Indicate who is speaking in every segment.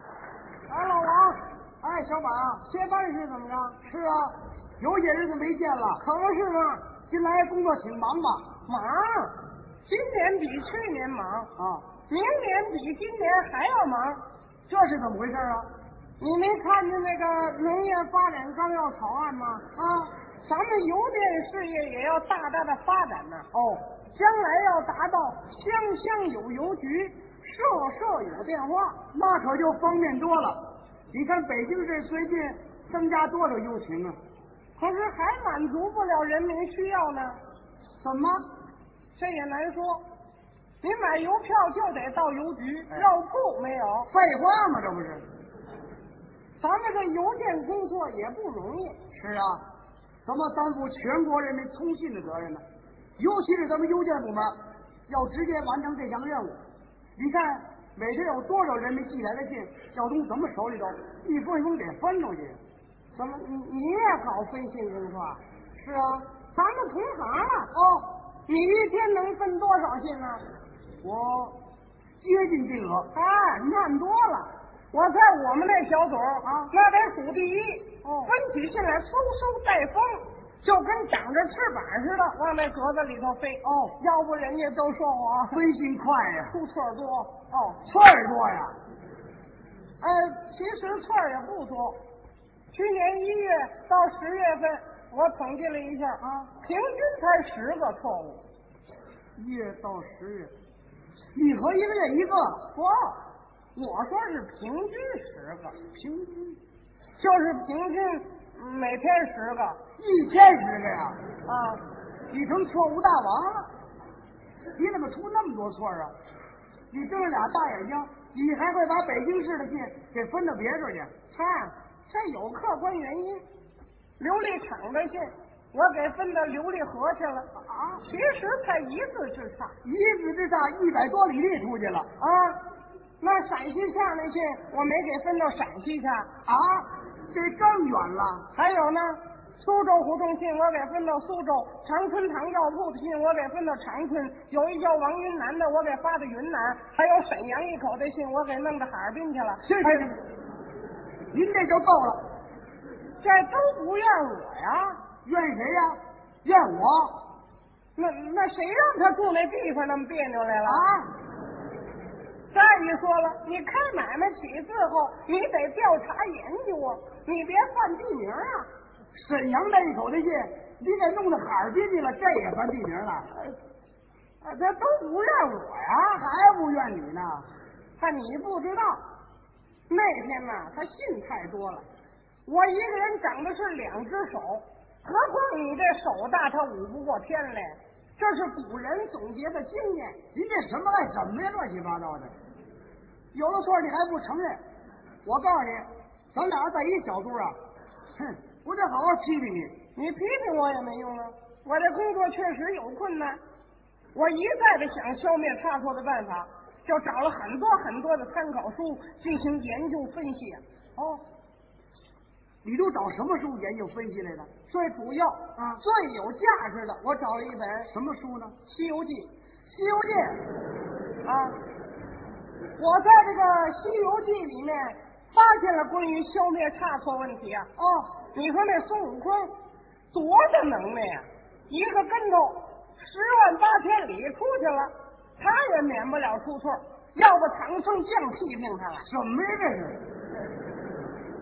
Speaker 1: 啊
Speaker 2: 哎，小马，
Speaker 1: 歇班是怎么着？
Speaker 2: 是啊，有些日子没见了，
Speaker 1: 可不是吗？
Speaker 2: 近来工作挺忙吧？
Speaker 1: 忙，今年比去年忙，
Speaker 2: 啊，
Speaker 1: 明年比今年还要忙。
Speaker 2: 这是怎么回事啊？
Speaker 1: 你没看见那个农业发展纲要草案吗？啊，咱们邮电事业也要大大的发展呢、
Speaker 2: 哦，
Speaker 1: 将来要达到乡乡有邮局，社社有电话。
Speaker 2: 那可就方便多了。你看北京市最近增加多少优勤啊？
Speaker 1: 可是还满足不了人民需要呢，
Speaker 2: 怎么？
Speaker 1: 这也难说。你买邮票就得到邮局，绕铺没有。
Speaker 2: 哎废话嘛，这不是？
Speaker 1: 咱们这邮电工作也不容易，
Speaker 2: 是啊，咱们担负全国人民通信的责任呢，尤其是咱们邮件部门要直接完成这项任务。你看每天有多少人民寄来的信，要从咱们手里头一封一封给翻出去。
Speaker 1: 怎么你你也搞分信工作？
Speaker 2: 是啊，
Speaker 1: 咱们同行了，
Speaker 2: 哦，
Speaker 1: 你一天能分多少信呢、
Speaker 2: 我接近金额。
Speaker 1: 哎，慢多了。我在我们那小组
Speaker 2: 啊
Speaker 1: 那得数第一。
Speaker 2: 哦
Speaker 1: 分起信来嗖嗖带风，就跟长着翅膀似的往那格子里头飞。
Speaker 2: 哦，
Speaker 1: 要不人家都说我
Speaker 2: 分心快呀，
Speaker 1: 出错多。哦，
Speaker 2: 刺儿多呀。
Speaker 1: 呃，其实错儿也不多。去年一月到十月份，我统计了一下
Speaker 2: 啊，
Speaker 1: 平均才十个错误。
Speaker 2: 一月到十月，你和一个月一个，
Speaker 1: 不，我说是平均十个，
Speaker 2: 平均
Speaker 1: 就是平均嗯每天十个
Speaker 2: 一天十个呀，
Speaker 1: 啊。
Speaker 2: 你成错误大王了。你怎么出那么多错啊？你睁着俩大眼睛，你还会把北京市的信给分到别处去？
Speaker 1: 看，这有客观原因。琉璃厂的信，我给分到琉璃河去了
Speaker 2: 啊
Speaker 1: 其实才一字之差
Speaker 2: 一字之差一百多里地出去了
Speaker 1: 啊。那陕西下那信，我没给分到陕西下。
Speaker 2: 啊，这更远了。
Speaker 1: 还有呢，苏州胡同信我给分到苏州，长春唐赵铺的信我给分到长春，有一叫王云南的我给发到云南，还有沈阳一口的信我给弄到哈尔滨去了。
Speaker 2: 谢谢您，您这就够了。
Speaker 1: 这都不怨我呀，
Speaker 2: 怨谁呀、怨我
Speaker 1: 那那谁让他住那地方那么别扭来了？
Speaker 2: 啊！
Speaker 1: 再一说了，你开买卖起字后，你得调查研究啊，你别犯地名啊。
Speaker 2: 沈阳那一口的信，你给弄到哈尔滨去了，这也算地名了。
Speaker 1: 啊，他都不让我呀。
Speaker 2: 啊，还不怨你呢？
Speaker 1: 他你不知道，那天呐、他信太多了，我一个人长的是两只手，何况你这手大，他舞不过天来。这是古人总结的经验。
Speaker 2: 您这什么爱什么呀？乱七八糟的。有的错你还不承认，我告诉你，咱俩在一小组啊，哼，我得好好批评你。
Speaker 1: 你批评我也没用啊，我这工作确实有困难，我一再的想消灭差错的办法，就找了很多很多的参考书进行研究分析。
Speaker 2: 哦，你都找什么书研究分析来的？
Speaker 1: 最主要
Speaker 2: 啊
Speaker 1: 最有价值的，我找了一本《
Speaker 2: 什么书呢？
Speaker 1: 西游记
Speaker 2: 《西游记》
Speaker 1: 啊。我在这个《西游记》里面发现了关于消灭差错问题啊。
Speaker 2: 哦，
Speaker 1: 你说那孙悟空多大能耐呀、一个跟头十万八千里出去了，他也免不了出错。要不唐僧净批评他了，
Speaker 2: 什么呀？这是？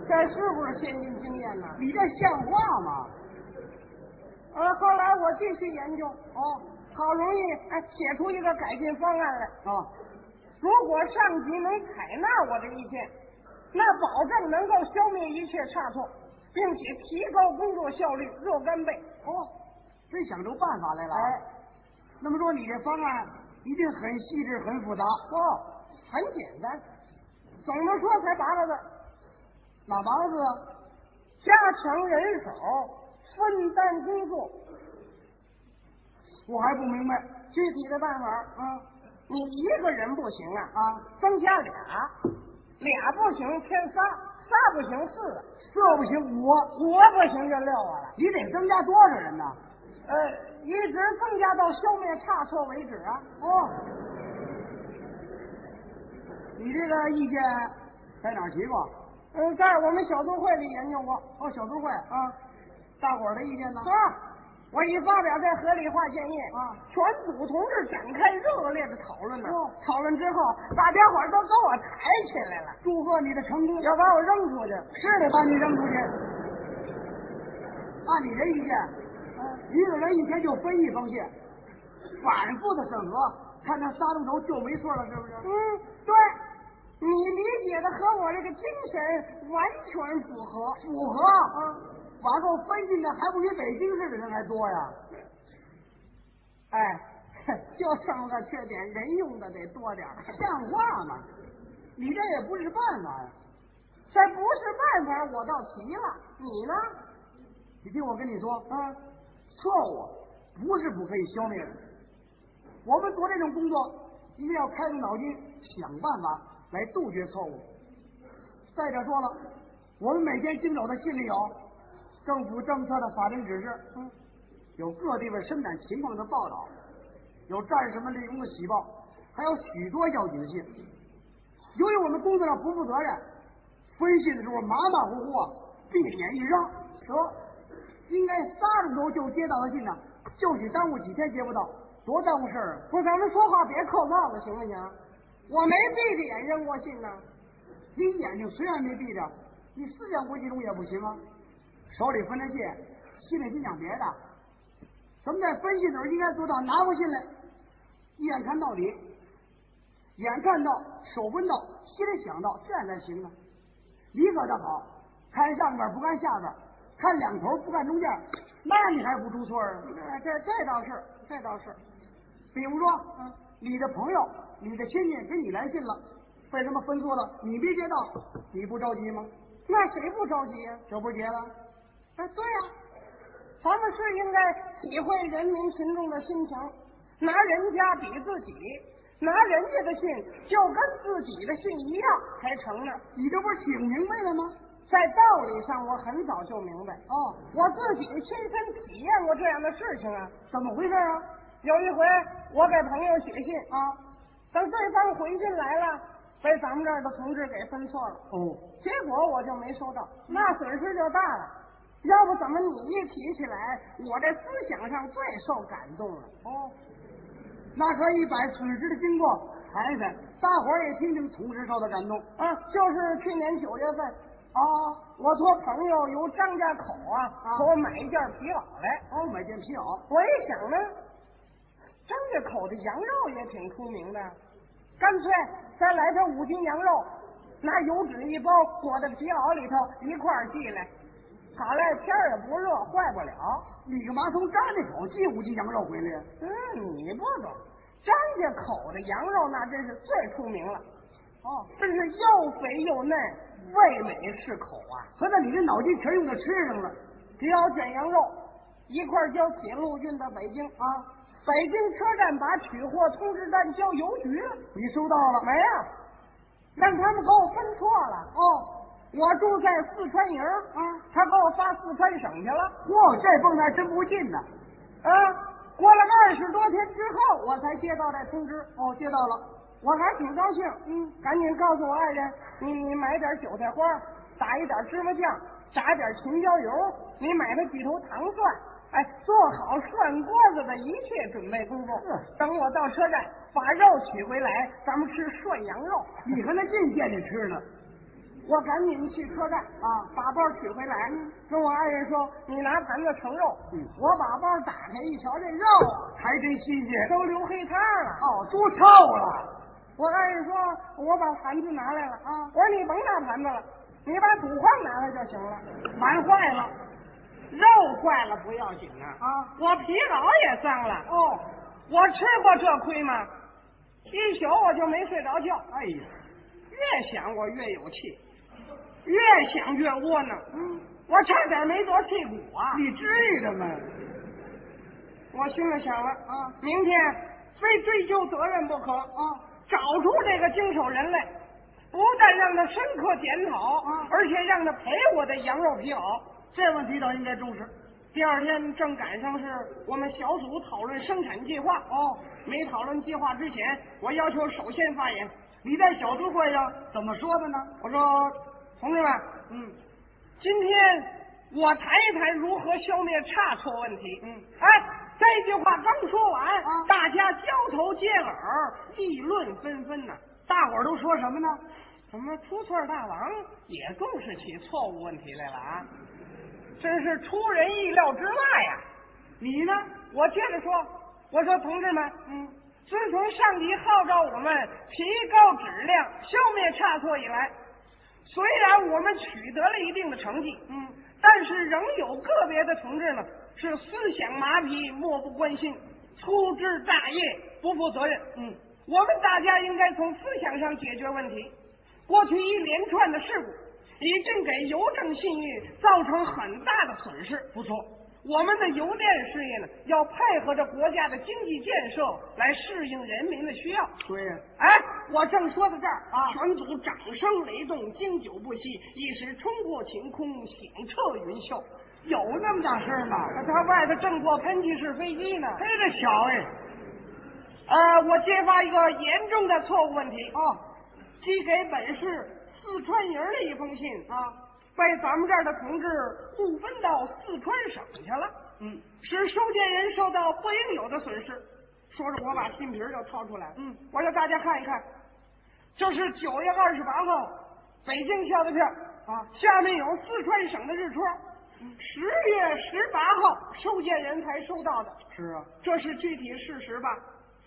Speaker 1: 这是不是先进经验呢？
Speaker 2: 你这像话吗？
Speaker 1: 呃，后来我继续研究，哦，好容易哎写出一个改进方案来。
Speaker 2: 啊、
Speaker 1: 如果上级能采纳我的意见，那保证能够消灭一切差错，并且提高工作效率若干倍。
Speaker 2: 哦，真想出办法来了。啊
Speaker 1: 哎，
Speaker 2: 那么说你这方案一定很细致、很复杂。
Speaker 1: 哦，很简单，怎么说才八个字儿：
Speaker 2: 哪八个字啊？
Speaker 1: 加强人手，分担工作。
Speaker 2: 我还不明白。
Speaker 1: 具体的办法儿，
Speaker 2: 啊
Speaker 1: 你一个人不行啊，
Speaker 2: 啊，
Speaker 1: 增加俩，俩不行添仨，仨不行四，
Speaker 2: 这不行，我
Speaker 1: 五不行就六个了。
Speaker 2: 你得增加多少人呢？
Speaker 1: 呃，一直增加到消灭差错为止啊。
Speaker 2: 哦，你这个意见在哪儿提过？啊
Speaker 1: 呃嗯，在我们小组会里研究过
Speaker 2: 哦，小组会，
Speaker 1: 啊
Speaker 2: 大伙儿的意见呢？
Speaker 1: 啊！我已发表这合理化建议
Speaker 2: 啊，
Speaker 1: 全组同志展开热烈的讨论呢。
Speaker 2: 哦
Speaker 1: 讨论之后，大家伙儿都给我抬起来了，
Speaker 2: 祝贺你的成功，
Speaker 1: 要把我扔出去。
Speaker 2: 是得把你扔出去。按你这意见，一个人一天就分一封信，反复的审核，看看仨钟头就没错了，是不是？
Speaker 1: 嗯，对，你理解的和我这个精神完全符合。
Speaker 2: 符合。往后分进的还不比北京市的人还多呀？
Speaker 1: 哎，就这么个缺点，人用的得多点儿
Speaker 2: 像话吗？你这也不是办法呀！
Speaker 1: 这不是办法，我倒提了。你呢？
Speaker 2: 你听我跟你说，
Speaker 1: 嗯，
Speaker 2: 错误不是不可以消灭的。我们做这种工作，一定要开动脑筋，想办法来杜绝错误。再者说了，我们每天经手的信里有政府政策的法定指示，
Speaker 1: 嗯，
Speaker 2: 有各地位生产情况的报道，有战士们立功的喜报，还有许多要紧的信。由于我们工作上不负责任，分析的时候马马虎虎啊，避免一扔，得应该仨钟头就接到的信呢，就许耽误几天接不到，多耽误事儿啊！
Speaker 1: 不是，咱们说话别扣帽子，行不
Speaker 2: 啊
Speaker 1: 行？我没闭着眼扔过信呢。
Speaker 2: 你眼睛虽然没闭着，你思想不集中也不行啊。手里分着信，心里心想别的。咱们在分析的时候应该做到拿过信来，一眼看到底，眼看到，手分到，心里想到，这样才行啊。你可倒好，看上边不看下边，看两头不看中间，那你还不出错啊？
Speaker 1: 呃这这倒是，这倒是。
Speaker 2: 比如说，嗯你的朋友、你的亲戚给你来信了，被他们分错了，你没接到，你不着急吗？
Speaker 1: 那谁不着急呀、
Speaker 2: 这不是结了？哎
Speaker 1: 啊，对呀、咱们是应该体会人民群众的心情，拿人家比自己，拿人家的信就跟自己的信一样才成呢。
Speaker 2: 你这不是挺明白了吗？
Speaker 1: 在道理上，我很早就明白，
Speaker 2: 哦，
Speaker 1: 我自己亲身体验过这样的事情啊。
Speaker 2: 怎么回事啊？
Speaker 1: 有一回，我给朋友写信，
Speaker 2: 啊，
Speaker 1: 等对方回信来了，被咱们这儿的同志给分错了，
Speaker 2: 哦，
Speaker 1: 结果我就没收到，那损失就大了。要不怎么你一提起来，我这思想上最受感动了。
Speaker 2: 哦，那可以把损失的经过谈一谈，大伙儿也听听，同时受到感动。
Speaker 1: 啊，就是去年九月份，
Speaker 2: 哦，
Speaker 1: 我托朋友由张家口啊
Speaker 2: 啊
Speaker 1: 给我买一件皮袄来。
Speaker 2: 哦，买件皮袄，
Speaker 1: 我一想呢，张家口的羊肉也挺出名的，干脆再来条五斤羊肉，拿油纸一包，裹在皮袄里头一块儿寄来。好嘞，天儿也不热，坏不了。
Speaker 2: 你干嘛从张家口寄五斤羊肉回来呀？
Speaker 1: 嗯，你不懂，张家口的羊肉那真是最出名了，
Speaker 2: 哦，
Speaker 1: 真是又肥又嫩，味美适口啊。
Speaker 2: 合着你这脑筋全用到吃上了。
Speaker 1: 只要卷羊肉一块儿交铁路运到北京啊，北京车站把取货通知单交邮局了
Speaker 2: 你收到了？
Speaker 1: 没有？让他们给我分错了。
Speaker 2: 哦，
Speaker 1: 我住在四川营儿
Speaker 2: 啊
Speaker 1: 他给我发四川省去了
Speaker 2: 嚯，这蹦子还真不近呢。
Speaker 1: 啊。过了二十多天之后，我才接到这通知，
Speaker 2: 哦，接到了。
Speaker 1: 我还挺高兴。嗯，赶紧告诉我爱人，你你买点韭菜花，打一点芝麻酱，炸点秦椒油，你买他几头糖蒜，哎，做好涮锅子的一切准备工作
Speaker 2: 嗯。
Speaker 1: 等我到车站把肉取回来，咱们吃涮羊肉。
Speaker 2: 你还能进店里吃呢？
Speaker 1: 我赶紧去车站啊，把包取回来，跟我爱人说，你拿盘子盛肉。
Speaker 2: 嗯
Speaker 1: 我把包打开一瞧，这肉啊
Speaker 2: 还真新鲜。
Speaker 1: 都流黑汤了。
Speaker 2: 哦，猪臭啊了。
Speaker 1: 我爱人说，我把盘子拿来了
Speaker 2: 啊
Speaker 1: 我说你甭拿盘子了，你把土筐拿来就行了。
Speaker 2: 蛮坏了
Speaker 1: 肉坏了不要紧啊，
Speaker 2: 啊！
Speaker 1: 我皮袄也脏了。
Speaker 2: 哦，
Speaker 1: 我吃过这亏吗？一宿我就没睡着觉，
Speaker 2: 哎呀，
Speaker 1: 越想我越有气，越想越窝囊。我差点没得气骨啊！
Speaker 2: 嗯你至于的吗？
Speaker 1: 我心里想了
Speaker 2: 啊，
Speaker 1: 明天非追究责任不可
Speaker 2: 啊，
Speaker 1: 找出这个经手人来，不但让他深刻检讨，
Speaker 2: 啊
Speaker 1: 而且让他赔我的羊肉皮袄。
Speaker 2: 这问题倒应该重视。
Speaker 1: 第二天正赶上是我们小组讨论生产计划
Speaker 2: 哦，
Speaker 1: 没讨论计划之前，我要求首先发言。
Speaker 2: 你在小组会上怎么说的呢？
Speaker 1: 我说，同志们，
Speaker 2: 嗯，
Speaker 1: 今天我谈一谈如何消灭差错问题。
Speaker 2: 嗯
Speaker 1: 哎，这句话刚说完，
Speaker 2: 啊
Speaker 1: 大家交头接耳，议论纷纷呐、
Speaker 2: 大伙儿都说什么呢？
Speaker 1: 怎么出错大王也重视起错误问题来了啊？真是出人意料之外呀、
Speaker 2: 你呢？
Speaker 1: 我接着说，我说同志们，
Speaker 2: 嗯，
Speaker 1: 自从上级号召我们提高质量、消灭差错以来，虽然我们取得了一定的成绩，
Speaker 2: 嗯，
Speaker 1: 但是仍有个别的同志呢是思想麻痹、漠不关心、粗枝大叶、不负责任。
Speaker 2: 嗯，
Speaker 1: 我们大家应该从思想上解决问题。过去一连串的事故已经给邮政信誉造成很大的损失。
Speaker 2: 不错，
Speaker 1: 我们的邮电事业呢，要配合着国家的经济建设来适应人民的需要。
Speaker 2: 对呀、
Speaker 1: 哎，我正说到这儿
Speaker 2: 啊
Speaker 1: 全组掌声雷动，经久不息，一时冲破晴空，响彻云霄。
Speaker 2: 有那么大事儿吗？
Speaker 1: 那他外头正过喷气式飞机呢。
Speaker 2: 嘿，这巧哎！
Speaker 1: 呃，我揭发一个严重的错误问题，
Speaker 2: 哦，
Speaker 1: 寄给本市四川营的一封信，
Speaker 2: 啊，
Speaker 1: 被咱们这儿的同志误分到四川省去了。
Speaker 2: 嗯
Speaker 1: 使收件人受到不应有的损失。说着，我把信皮儿就掏出来，
Speaker 2: 嗯，
Speaker 1: 我让大家看一看，这是九月二十八号北京校的票，
Speaker 2: 啊，
Speaker 1: 下面有四川省的日戳，
Speaker 2: 嗯
Speaker 1: 十月十八号收件人才收到的，
Speaker 2: 是啊，
Speaker 1: 这是具体事实吧？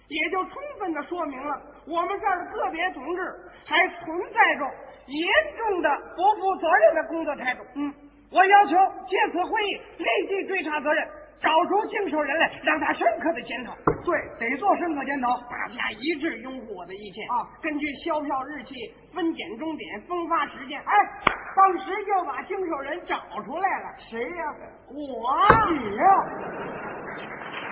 Speaker 1: 也就充分的说明了我们这儿的个别同志还存在着严重的不负责任的工作态度。
Speaker 2: 嗯，
Speaker 1: 我要求借此会议立即追查责任，找出经手人来，让他深刻的检讨。
Speaker 2: 对，得做深刻检讨。
Speaker 1: 大家一致拥护我的意见
Speaker 2: 啊！
Speaker 1: 根据销票日期、分拣终点、分发时间，
Speaker 2: 哎，当时就把
Speaker 1: 哎
Speaker 2: 啊经手人找出来了。谁呀、
Speaker 1: 我
Speaker 2: 你呀、